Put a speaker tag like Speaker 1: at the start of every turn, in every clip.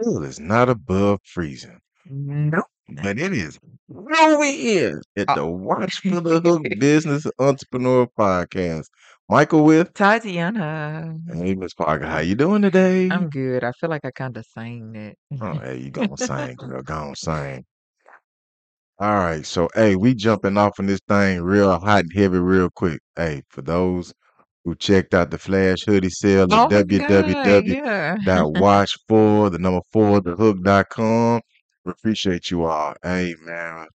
Speaker 1: Still is not above freezing.
Speaker 2: Nope.
Speaker 1: But it is over here at
Speaker 2: Oh.
Speaker 1: the Watch for the Hook Business Entrepreneur Podcast. Michael with
Speaker 2: Tatiana.
Speaker 1: Amos Parker. How you doing today?
Speaker 2: I'm good. I feel like I kind of sang that.
Speaker 1: Oh, hey, you gonna sing, girl. Gonna sing. All right, so hey, we jumping off on this thing real hot and heavy, real quick. Hey, for those who checked out the Flash hoodie sale
Speaker 2: Oh
Speaker 1: at
Speaker 2: my God,
Speaker 1: www.
Speaker 2: yeah.
Speaker 1: that watch for the number four the hook.com. We appreciate you all. Hey man.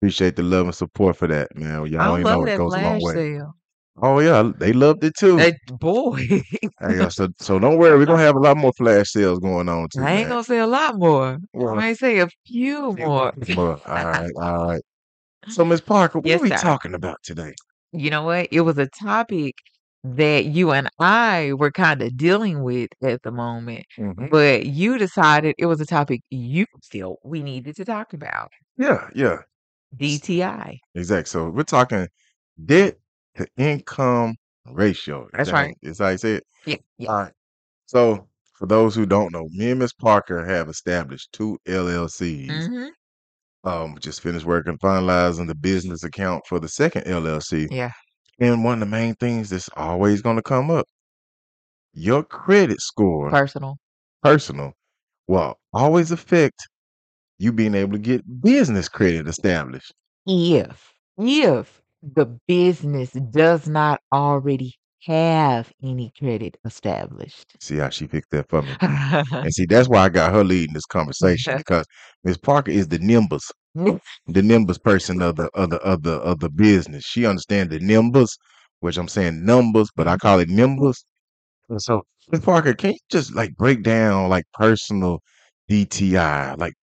Speaker 1: Appreciate the love and support for that, man.
Speaker 2: I
Speaker 1: Y'all ain't know
Speaker 2: love
Speaker 1: it
Speaker 2: that
Speaker 1: goes a long
Speaker 2: flash
Speaker 1: way.
Speaker 2: sale.
Speaker 1: Oh yeah, they loved it too.
Speaker 2: That boy.
Speaker 1: Hey, uh, so so don't worry, we're gonna have a lot more flash sales going on too.
Speaker 2: I ain't
Speaker 1: man.
Speaker 2: gonna say a lot more. I
Speaker 1: Well,
Speaker 2: might say a few more.
Speaker 1: but, all right, all right. So Miss Parker, what
Speaker 2: Yes,
Speaker 1: are we
Speaker 2: sir.
Speaker 1: talking about today?
Speaker 2: You know what? It was a topic that you and I were kind of dealing with at the moment,
Speaker 1: Mhm.
Speaker 2: but you decided it was a topic you felt we needed to talk about.
Speaker 1: Yeah, yeah. S-
Speaker 2: DTI.
Speaker 1: Exactly. So we're talking debt to income ratio.
Speaker 2: That's
Speaker 1: Dang,
Speaker 2: right.
Speaker 1: is how I say it.
Speaker 2: Yeah, yeah.
Speaker 1: All right. So, for those who don't know, me and Miss Parker have established two LLCs.
Speaker 2: hmm
Speaker 1: Um, just finished working, finalizing the business account for the second LLC.
Speaker 2: Yeah.
Speaker 1: And one of the main things that's always going to come up, your credit score,
Speaker 2: Personal.
Speaker 1: personal, will always affect you being able to get business credit established.
Speaker 2: if if the business does not already have any credit established.
Speaker 1: See how she picked that for me. And see, that's why I got her leading this conversation because Miss Parker is the Nimbus. the numbers person of the of the of the of the business. She understands the numbers, which I'm saying numbers, but I call it numbers. And so, Ms. Parker, can you just like break down like personal DTI? Like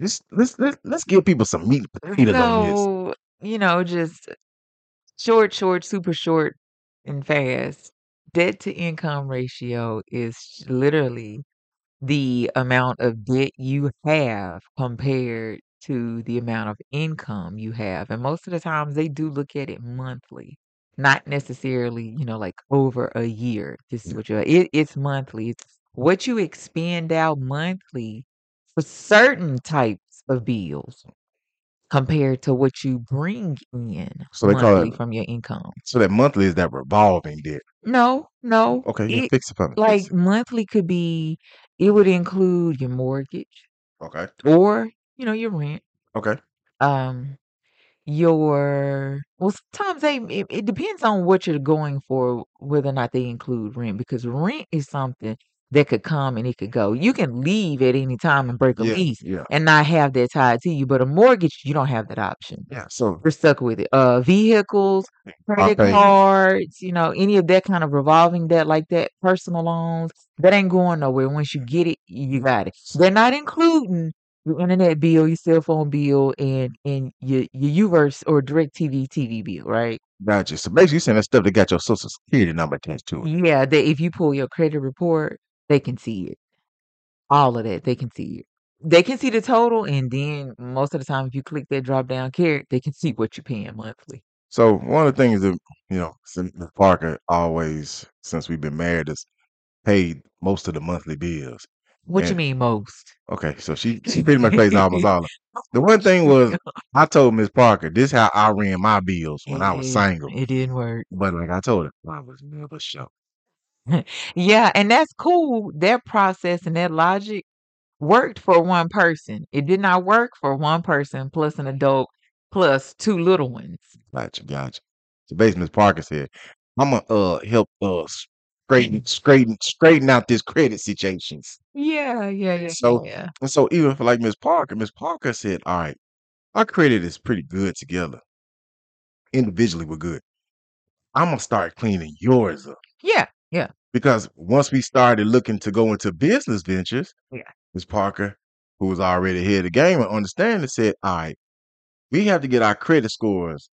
Speaker 1: let's let's let's, let's give people some meat and potatoes on this.
Speaker 2: so, you know, just short, short, super short and fast. Debt to income ratio is sh- literally the amount of debt you have compared to the amount of income you have. And most of the times they do look at it monthly, not necessarily, you know, like over a year. This is
Speaker 1: Yeah.
Speaker 2: what you're, it, it's monthly. It's what you expend out monthly for certain types of bills compared to what you bring in
Speaker 1: So they call
Speaker 2: monthly
Speaker 1: it
Speaker 2: from your income.
Speaker 1: so that monthly is that revolving debt.
Speaker 2: No, no.
Speaker 1: Okay, yeah,
Speaker 2: It
Speaker 1: fix it for me. Fix
Speaker 2: like
Speaker 1: it.
Speaker 2: monthly could be, it would include your mortgage
Speaker 1: Okay.
Speaker 2: or you know your rent
Speaker 1: Okay.
Speaker 2: um your well sometimes they it, it depends on what you're going for whether or not they include rent because rent is something that could come and it could go you can leave at any time and break a
Speaker 1: Yeah.
Speaker 2: lease
Speaker 1: Yeah.
Speaker 2: and not have that tied to you but a mortgage you don't have that option
Speaker 1: Yeah. So
Speaker 2: you're stuck with it uh vehicles
Speaker 1: car
Speaker 2: credit
Speaker 1: payments.
Speaker 2: cards you know any of that kind of revolving debt like that personal loans that ain't going nowhere once you get it you got it they're not including your internet bill, your cell phone bill, and and your your Uverse or Direct TV TV bill, right?
Speaker 1: Gotcha. So basically, you're saying that stuff that got your social security number attached to it.
Speaker 2: Yeah, that if you pull your credit report, they can see it. All of that, they can see it. They can see the total, and then most of the time, if you click that drop down carrot, they can see what you're paying monthly.
Speaker 1: So one of the things that you know, since Ms. Parker always since we've been married has paid most of the monthly bills.
Speaker 2: What you
Speaker 1: And
Speaker 2: mean most?
Speaker 1: okay, so she she pretty much pays almost all of. it. The one thing was I told Miss Parker this how I ran my bills when I was
Speaker 2: it,
Speaker 1: single.
Speaker 2: it didn't work.
Speaker 1: But like I told her, I was never sure.
Speaker 2: yeah, and that's cool. Their process and their logic worked for one person. It did not work for one person plus an adult plus two little ones.
Speaker 1: Gotcha, gotcha. So basically, Miss Parker said, "I'm gonna uh help uh straighten straighten straighten out this credit situations."
Speaker 2: Yeah, yeah, yeah,
Speaker 1: So
Speaker 2: yeah.
Speaker 1: and so even for like Miss Parker, Miss Parker said, "All right, our credit is pretty good together." individually we're good. I'm gonna start cleaning yours up
Speaker 2: Yeah, yeah.
Speaker 1: because once we started looking to go into business ventures,
Speaker 2: Yeah.
Speaker 1: Ms. Parker, who was already ahead of the game and understanding, said, "All right, we have to get our credit scores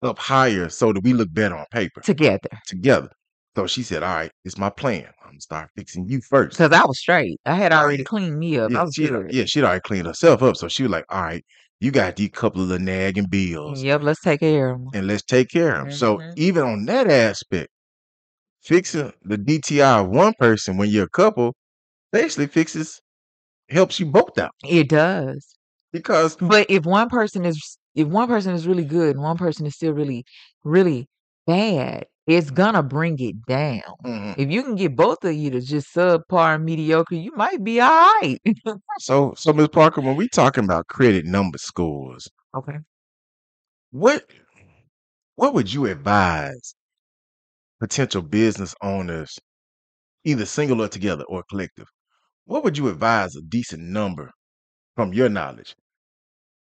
Speaker 1: up higher so that we look better on paper
Speaker 2: Together.
Speaker 1: together." So she said, "All right, it's my plan. I'm gonna start fixing you first.
Speaker 2: Cause I was straight. I had
Speaker 1: Oh
Speaker 2: already
Speaker 1: yeah,
Speaker 2: cleaned me up.
Speaker 1: yeah,
Speaker 2: I was
Speaker 1: she
Speaker 2: good.
Speaker 1: yeah she'd already cleaned herself up. So she was like, "All right, you got these couple of the nagging bills,
Speaker 2: Yep, let's take care of
Speaker 1: and let's take care of them."
Speaker 2: them.
Speaker 1: So
Speaker 2: hmm
Speaker 1: even on that aspect. fixing the DTI of one person when you're a couple basically fixes helps you both out
Speaker 2: It does.
Speaker 1: because
Speaker 2: But if one person is if one person is really good and one person is still really really bad, it's gonna bring it down.
Speaker 1: Mhm.
Speaker 2: If you can get both of you to just subpar and mediocre, you might be all right.
Speaker 1: so so Ms. Parker, when we talking about credit number scores,
Speaker 2: Okay.
Speaker 1: what what would you advise potential business owners, either single or together or collective? What would you advise a decent number from your knowledge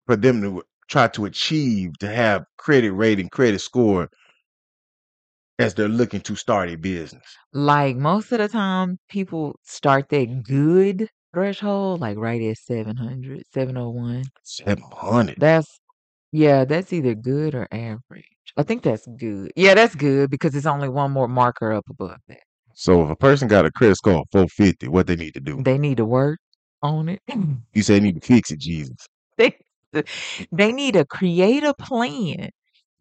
Speaker 1: for them to try to achieve to have credit rating, credit score as they're looking to start a business?
Speaker 2: Like most of the time, people start that good threshold, like right at 700, 701.
Speaker 1: 700.
Speaker 2: That's yeah, that's either good or average. I think that's good. Yeah, that's good because it's only one more marker up above that.
Speaker 1: So if a person got a credit score of 450, what they need to do?
Speaker 2: They need to work on it.
Speaker 1: You say they need to fix it, Jesus.
Speaker 2: they, they need to create a plan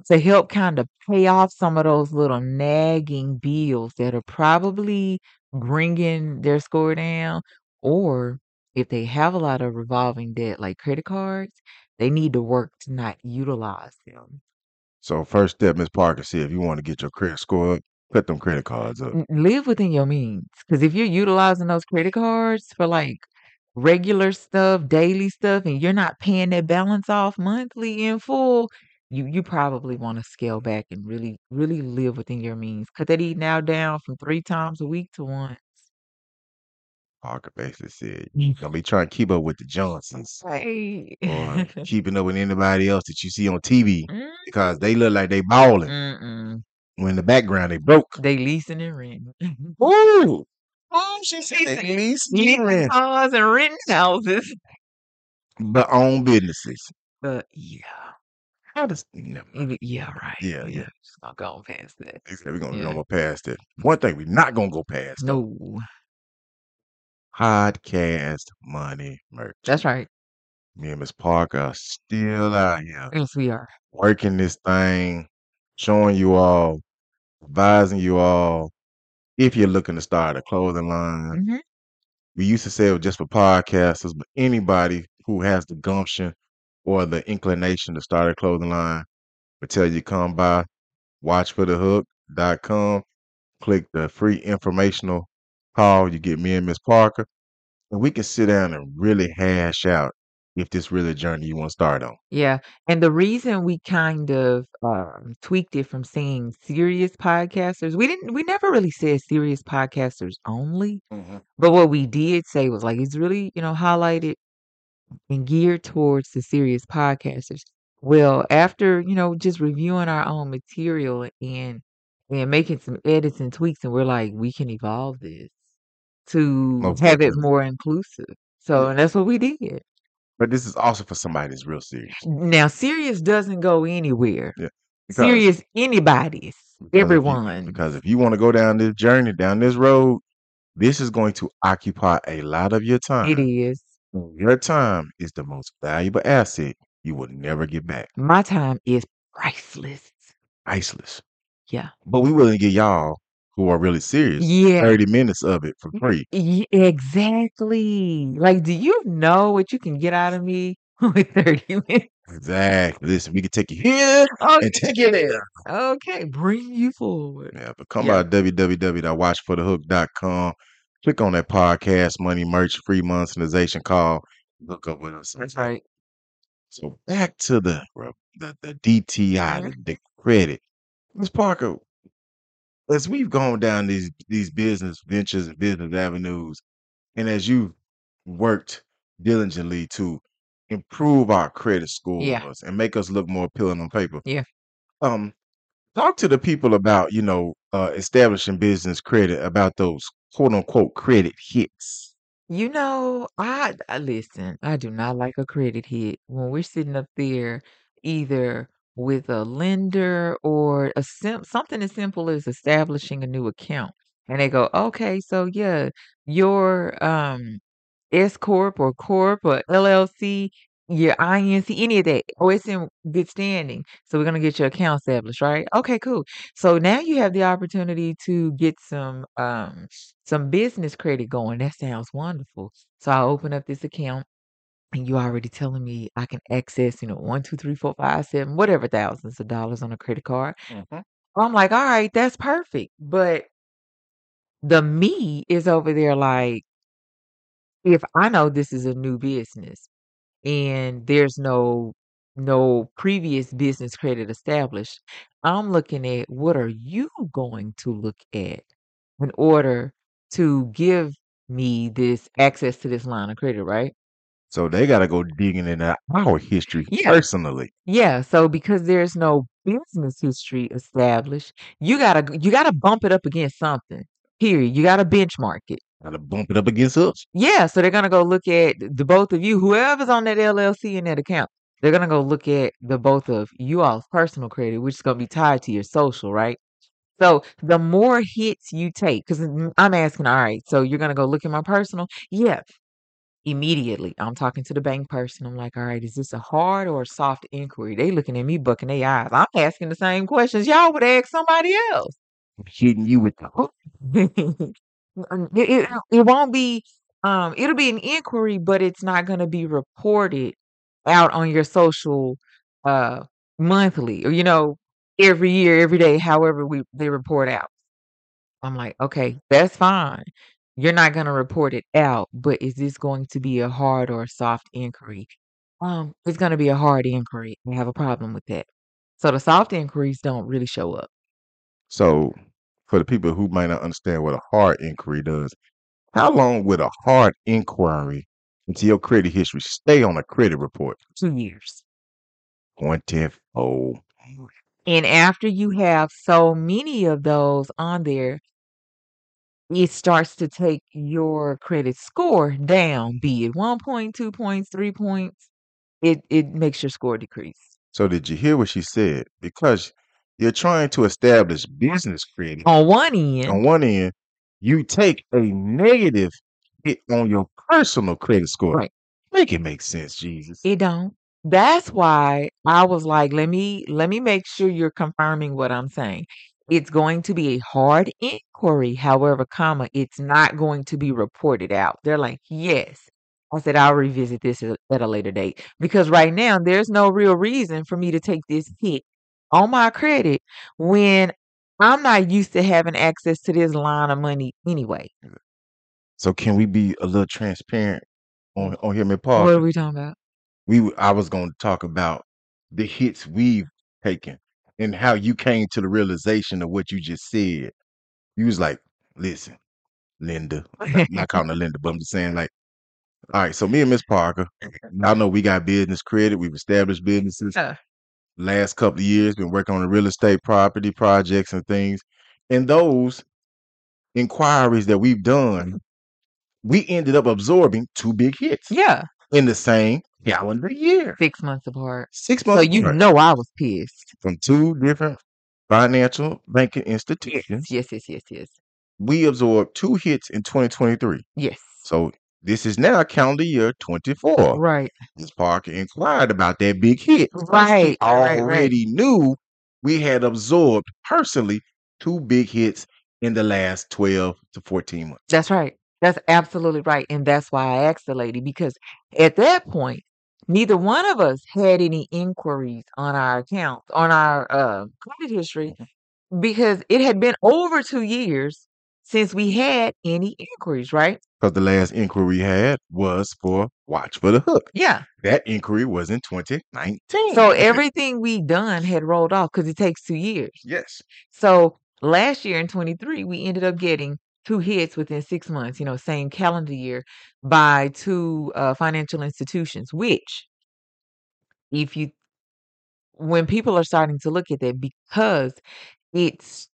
Speaker 2: to help kind of pay off some of those little nagging bills that are probably bringing their score down. Or if they have a lot of revolving debt, like credit cards, they need to work to not utilize them.
Speaker 1: So first step, Ms. Parker said, if you want to get your credit score up, cut them credit cards up.
Speaker 2: n- live within your means. Because if you're utilizing those credit cards for like regular stuff, daily stuff, and you're not paying that balance off monthly in full, you you probably want to scale back and really really live within your means. Cut that eating out down from three times a week to once.
Speaker 1: Parker basically said,
Speaker 2: Mm.
Speaker 1: don't be trying to keep up with the Johnsons
Speaker 2: Right.
Speaker 1: or keeping up with anybody else that you see on TV
Speaker 2: Mm,
Speaker 1: because they look like they balling
Speaker 2: Mm-mm.
Speaker 1: when in the background they broke.
Speaker 2: They leasing and renting.
Speaker 1: Ooh. Oh, she said lease
Speaker 2: leasing cars and renting houses.
Speaker 1: but own businesses.
Speaker 2: But yeah.
Speaker 1: How does never mind.
Speaker 2: Mm, Yeah, right.
Speaker 1: Yeah, yeah.
Speaker 2: Just not going past that.
Speaker 1: Okay, We're gonna
Speaker 2: Yeah.
Speaker 1: go past that. One thing we're not gonna go past though,
Speaker 2: No.
Speaker 1: podcast money merch.
Speaker 2: That's right.
Speaker 1: Me and Miss Parker are still out here
Speaker 2: Yes, we are.
Speaker 1: working this thing, showing you all, advising you all. If you're looking to start a clothing line,
Speaker 2: hmm
Speaker 1: we used to say it was just for podcasters, but anybody who has the gumption or the inclination to start a clothing line, we tell you come by watchforthehook.com, click the free informational call. You get me and Miss Parker, and we can sit down and really hash out if this really a journey you want to start on.
Speaker 2: Yeah. And the reason we kind of um, tweaked it from saying serious podcasters, we didn't, we never really said serious podcasters only. But what we did say was like, it's really, you know, highlighted and geared towards the serious podcasters. Well, after, you know, just reviewing our own material and and making some edits and tweaks, and we're like, we can evolve this to
Speaker 1: Most
Speaker 2: have it
Speaker 1: definitely.
Speaker 2: more inclusive.
Speaker 1: Yeah.
Speaker 2: So and that's what we did.
Speaker 1: But this is also for somebody that's real serious.
Speaker 2: Now, serious doesn't go anywhere.
Speaker 1: Yeah. Because
Speaker 2: Serious anybody's,
Speaker 1: because if you
Speaker 2: everyone's.
Speaker 1: because if you want to go down this journey, down this road, this is going to occupy a lot of your
Speaker 2: It
Speaker 1: time.
Speaker 2: is.
Speaker 1: and Your time is the most valuable asset you will never get back.
Speaker 2: My time is priceless.
Speaker 1: Iceless.
Speaker 2: Yeah.
Speaker 1: But we willing to give y'all who are really serious
Speaker 2: Yeah.
Speaker 1: 30 minutes of it for free.
Speaker 2: Ye- exactly. Like, do you know what you can get out of me with 30 minutes?
Speaker 1: Exactly. Listen, we can take you here
Speaker 2: Okay.
Speaker 1: and take you there.
Speaker 2: Okay. Bring you forward.
Speaker 1: Yeah, but come
Speaker 2: Yeah.
Speaker 1: by www.watchforthehook.com. Click on that podcast, money, merch, free monetization call. Look up with us.
Speaker 2: That's right.
Speaker 1: So back to the re- the, the DTI,
Speaker 2: Mhm.
Speaker 1: the, the credit. Ms. Parker, as we've gone down these these business ventures and business avenues, and as you've worked diligently to improve our credit
Speaker 2: Yeah.
Speaker 1: scores and make us look more appealing on paper,
Speaker 2: Yeah.
Speaker 1: um, talk to the people about you know uh, establishing business credit about those quote unquote credit hits.
Speaker 2: You know, I, I listen, I do not like a credit hit when we're sitting up there either with a lender or a sim- something as simple as establishing a new account. And they go, okay, so yeah, your um S corp or corp or LLC your onions, any of that, or it's in good standing. So we're gonna get your account established, right? Okay, cool. So now you have the opportunity to get some um some business credit going. That sounds wonderful. So I open up this account and you already telling me I can access, you know, one, two, three, four, five, seven, whatever thousands of dollars on a credit card.
Speaker 1: Mhm.
Speaker 2: I'm like, all right, that's perfect. But the me is over there like, if I know this is a new business and there's no no previous business credit established, I'm looking at what are you going to look at in order to give me this access to this line of credit, right?
Speaker 1: So they got to go digging into our history
Speaker 2: Yeah.
Speaker 1: personally.
Speaker 2: Yeah, so because there's no business history established, you gotta g- you gotta bump it up against something. Here, you gotta benchmark it.
Speaker 1: Got to bump it up against us.
Speaker 2: Yeah, so they're gonna go look at the both of you, whoever's on that LLC in that account. They're gonna go look at the both of you all's personal credit, which is gonna be tied to your social, right? So the more hits you take, because I'm asking, all right, so you're gonna go look at my personal? Yeah, immediately. I'm talking to the bank person. I'm like, all right, is this a hard or a soft inquiry? They looking at me bucking their eyes. I'm asking the same questions y'all would ask somebody else.
Speaker 1: Hitting you with the hook.
Speaker 2: Um, it, it- it won't be um it'll be an inquiry, but it's not gonna be reported out on your social uh monthly or you know, every year, every day, however we they report out. I'm like, okay, that's fine. You're not going to report it out, but is this going to be a hard or a soft inquiry? Um, it's going to be a hard inquiry. We have a problem with that. So the soft inquiries don't really show up.
Speaker 1: So, for the people who might not understand what a hard inquiry does, how long would a hard inquiry into your credit history stay on a credit report?
Speaker 2: Two years.
Speaker 1: One tenth. Oh,
Speaker 2: And after you have so many of those on there, it starts to take your credit score down, be it one point, two points, three points. It it makes your score decrease.
Speaker 1: So did you hear what she said? Because you're trying to establish business credit.
Speaker 2: On one end,
Speaker 1: On one end, you take a negative hit on your personal credit score.
Speaker 2: right.
Speaker 1: Make it make sense, Jesus.
Speaker 2: It don't. That's why I was like, let me let me make sure you're confirming what I'm saying. It's going to be a hard inquiry, however, comma, it's not going to be reported out. They're like, yes. I said, I'll revisit this at at a later date because right now there's no real reason for me to take this hit on my credit when I'm not used to having access to this line of money anyway.
Speaker 1: So can we be a little transparent on on here, Miss Paul?
Speaker 2: What are we talking about?
Speaker 1: We w- I was going to talk about the hits we've taken and how you came to the realization of what you just said. You was like, listen, Linda, not, not calling her Linda, but I'm just saying like. All right, so me and Miss Parker, y'all know we got business credit. We've established businesses.
Speaker 2: Mm-hmm. Yeah.
Speaker 1: Last couple of years, been working on the real estate property projects and things. And those inquiries that we've done, we ended up absorbing two big hits
Speaker 2: Yeah.
Speaker 1: in the same calendar year.
Speaker 2: Six months apart.
Speaker 1: Six
Speaker 2: So
Speaker 1: months
Speaker 2: you
Speaker 1: apart
Speaker 2: know I was pissed.
Speaker 1: from two different financial banking
Speaker 2: Yes,
Speaker 1: institutions.
Speaker 2: yes, yes, yes, yes.
Speaker 1: We absorbed two hits in 2023.
Speaker 2: Yes.
Speaker 1: So this is now calendar year 24.
Speaker 2: Right.
Speaker 1: Ms. Parker inquired about that big hit. She
Speaker 2: Right. Right. Right.
Speaker 1: already knew we had absorbed personally two big hits in the last 12 to 14 months.
Speaker 2: That's right. That's absolutely right. And that's why I asked the lady because at that point, neither one of us had any inquiries on our account, on our uh, credit history, because it had been over two years since we had any inquiries, right?
Speaker 1: Because the last inquiry we had was for Watch for the Hook.
Speaker 2: Yeah.
Speaker 1: That inquiry was in 2019.
Speaker 2: So everything we done had rolled off because it takes two years.
Speaker 1: Yes.
Speaker 2: So last year in 23, we ended up getting two hits within six months, you know, same calendar year by two uh, financial institutions, which, if you, when people are starting to look at that, because it's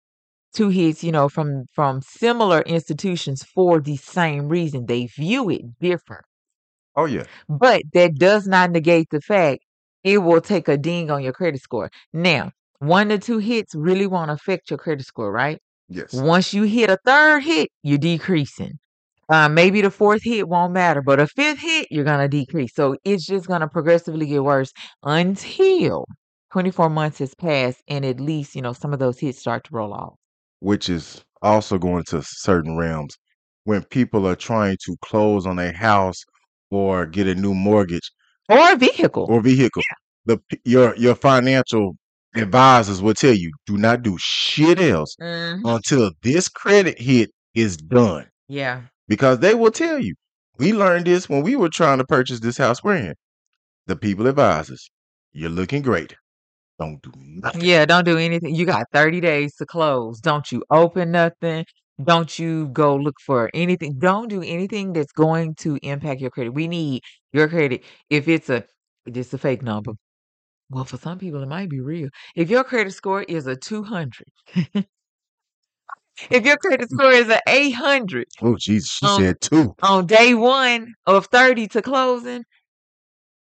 Speaker 2: two hits, you know, from from similar institutions for the same reason, they view it different.
Speaker 1: Oh, yeah.
Speaker 2: But that does not negate the fact it will take a ding on your credit score. Now, one to two hits really won't affect your credit score, right?
Speaker 1: Yes.
Speaker 2: Once you hit a third hit, you're decreasing. Uh, maybe the fourth hit won't matter, but a fifth hit, you're going to decrease. So it's just going to progressively get worse until 24 months has passed and at least, you know, some of those hits start to roll off.
Speaker 1: which is also going to certain realms when people are trying to close on a house or get a new mortgage
Speaker 2: Or a vehicle.
Speaker 1: or vehicle. The p- your your financial advisors will tell you do not do shit else
Speaker 2: Mhm.
Speaker 1: until this credit hit is done
Speaker 2: Yeah.
Speaker 1: because they will tell you. We learned this when we were trying to purchase this house we're in. The people advise us, you're looking great. Don't do nothing.
Speaker 2: Yeah, don't do anything. You got 30 days to close. Don't you open nothing. Don't you go look for anything. Don't do anything that's going to impact your credit. We need your credit. If it's a just a fake number. Well, for some people it might be real. If your credit score is a 200. if your credit score is a 800
Speaker 1: Oh, Jesus, she
Speaker 2: Um,
Speaker 1: said two.
Speaker 2: on day 1 of 30 to closing,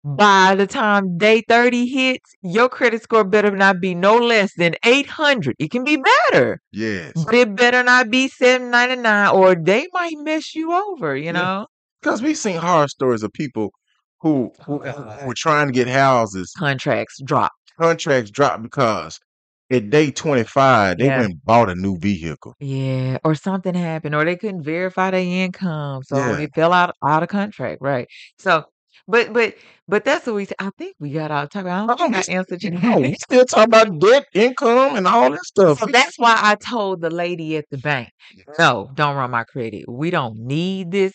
Speaker 2: by the time day 30 hits, your credit score better not be no less than 800. It can be better.
Speaker 1: Yes.
Speaker 2: But it better not be seven ninety nine, or they might mess you over. You know,
Speaker 1: Because we've seen horror stories of people who, who, who were trying to get houses,
Speaker 2: contracts drop.
Speaker 1: contracts dropped because at day 25, they
Speaker 2: Yeah.
Speaker 1: went and bought a new vehicle.
Speaker 2: Yeah, or something happened, or they couldn't verify their income, so
Speaker 1: Yeah.
Speaker 2: it fell out out of contract, right? So, but but but that's what we. s- I think we got all talk. I don't
Speaker 1: Oh,
Speaker 2: think I
Speaker 1: this-
Speaker 2: answered you.
Speaker 1: No, we still talk about debt, income, and all that stuff.
Speaker 2: So
Speaker 1: We-
Speaker 2: that's why I told the lady at the bank, no, don't run my credit. We don't need this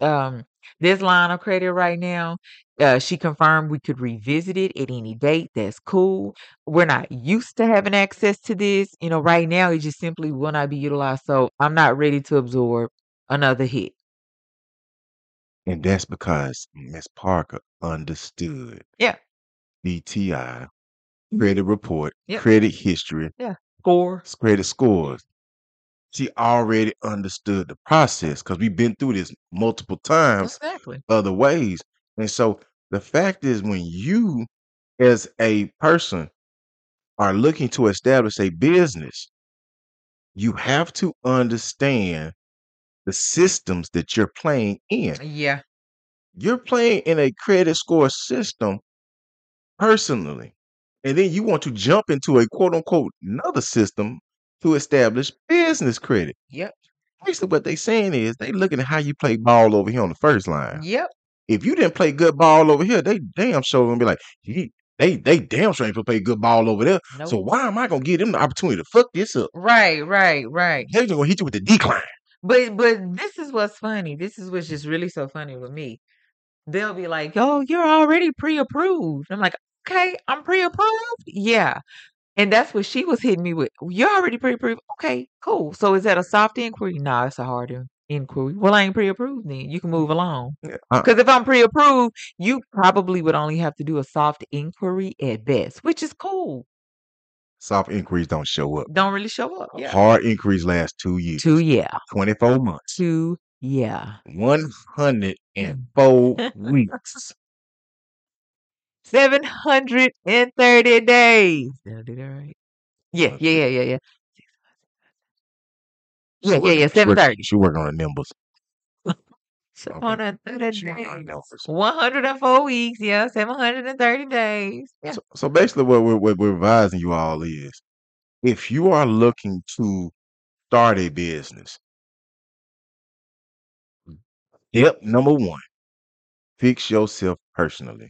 Speaker 2: um this line of credit right now. Uh, she confirmed we could revisit it at any date. That's cool. We're not used to having access to this. You know, right now it just simply will not be utilized. So I'm not ready to absorb another hit.
Speaker 1: And that's because Miss Parker understood
Speaker 2: Yeah. Mm-hmm.
Speaker 1: DTI, credit report,
Speaker 2: Yep.
Speaker 1: credit history,
Speaker 2: Score.
Speaker 1: s- credit scores. She already understood the process because we've been through this multiple times.
Speaker 2: Exactly.
Speaker 1: other ways. And so the fact is, when you as a person are looking to establish a business, you have to understand the systems that you're playing in.
Speaker 2: Yeah.
Speaker 1: You're playing in a credit score system personally, and then you want to jump into a quote unquote another system to establish business credit.
Speaker 2: Yep.
Speaker 1: Basically, what they're saying is they looking at how you play ball over here on the first line.
Speaker 2: Yep.
Speaker 1: if you didn't play good ball over here, they damn sure gonna be like, "Ye- they they damn sure ain't gonna play good ball over there.
Speaker 2: Nope.
Speaker 1: So why am I gonna give them the opportunity to fuck this up?
Speaker 2: Right. Right. Right.
Speaker 1: They're gonna hit you with the decline.
Speaker 2: But but this is what's funny. This is what's just really so funny with me. They'll be like, "Yo, you're already pre-approved." I'm like, "Okay, I'm pre-approved." Yeah, and that's what she was hitting me with. "Oh, You're already pre-approved. Okay, cool. So is that a soft inquiry? Nah, it's a hard in- inquiry. Well, I ain't pre-approved then. You can move along.
Speaker 1: Yeah, uh,
Speaker 2: Because if I'm pre-approved, you probably would only have to do a soft inquiry at best, which is cool.
Speaker 1: soft inquiries don't show up.
Speaker 2: Don't really show up. Yeah.
Speaker 1: Hard inquiries last two years,
Speaker 2: Two yeah.
Speaker 1: twenty four months,
Speaker 2: Two yeah.
Speaker 1: one hundred and four weeks.
Speaker 2: Seven hundred and thirty days. Did I do that right? Yeah,
Speaker 1: Let's see.
Speaker 2: yeah, yeah, yeah, yeah. Yeah,
Speaker 1: She
Speaker 2: yeah,
Speaker 1: work-
Speaker 2: yeah.
Speaker 1: she work-
Speaker 2: Seven thirty.
Speaker 1: She working on the nimbles. Okay.
Speaker 2: Seven hundred and
Speaker 1: She
Speaker 2: thirty
Speaker 1: working on the
Speaker 2: days.
Speaker 1: nimbles.
Speaker 2: One hundred and four weeks. Yeah, seven hundred and thirty days. Yeah.
Speaker 1: So, so basically, what we're, what we're advising you all is, if you are looking to start a business, Yep. Number one, fix yourself personally.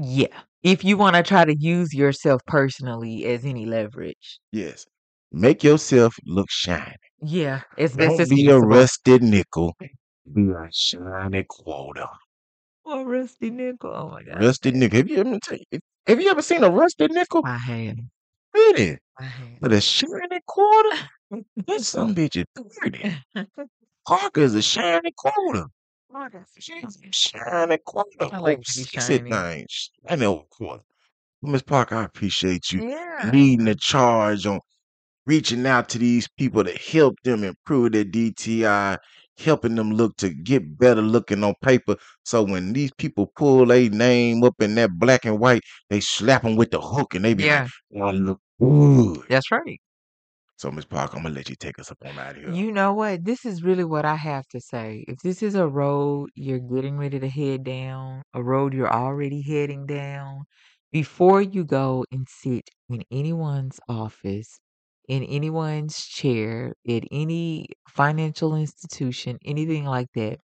Speaker 2: Yeah. If you want to try to use yourself personally as any leverage.
Speaker 1: Yes. Make yourself look shiny.
Speaker 2: Yeah, as best
Speaker 1: Don't
Speaker 2: as
Speaker 1: be a
Speaker 2: possible.
Speaker 1: rusted nickel. Be a shiny quarter.
Speaker 2: Or rusty nickel. Oh my god.
Speaker 1: Rusted nickel. Have you ever tell you- have you ever seen a rusted nickel?
Speaker 2: I have.
Speaker 1: Really?
Speaker 2: I have.
Speaker 1: But a shiny quarter? That some bitch is dirty. Parker is a shiny quarter.
Speaker 2: Oh, that's shiny.
Speaker 1: Shiny quarter.
Speaker 2: I
Speaker 1: Oh,
Speaker 2: like to be
Speaker 1: sexy
Speaker 2: shiny.
Speaker 1: thing. Shiny old quarter. Miss Parker, I appreciate you
Speaker 2: Yeah.
Speaker 1: leading the charge on reaching out to these people to help them improve their DTI, helping them look to get better looking on paper. So when these people pull their name up in that black and white, they slap them with the hook and they be like,
Speaker 2: Yeah.
Speaker 1: "Well, I look good."
Speaker 2: That's right.
Speaker 1: So, Miss Parker, I'm gonna let you take us up on out of here.
Speaker 2: You know what? This is really what I have to say. If this is a road you're getting ready to head down, a road you're already heading down, before you go and sit in anyone's office, in anyone's chair, at any financial institution, anything like that,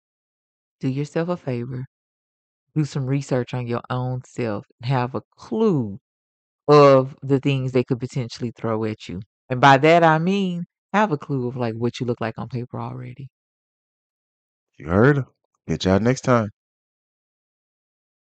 Speaker 2: do yourself a favor. Do some research on your own self. Have a clue of the things they could potentially throw at you. And by that I mean have a clue of like what you look like on paper already.
Speaker 1: You heard her. Catch y'all next time.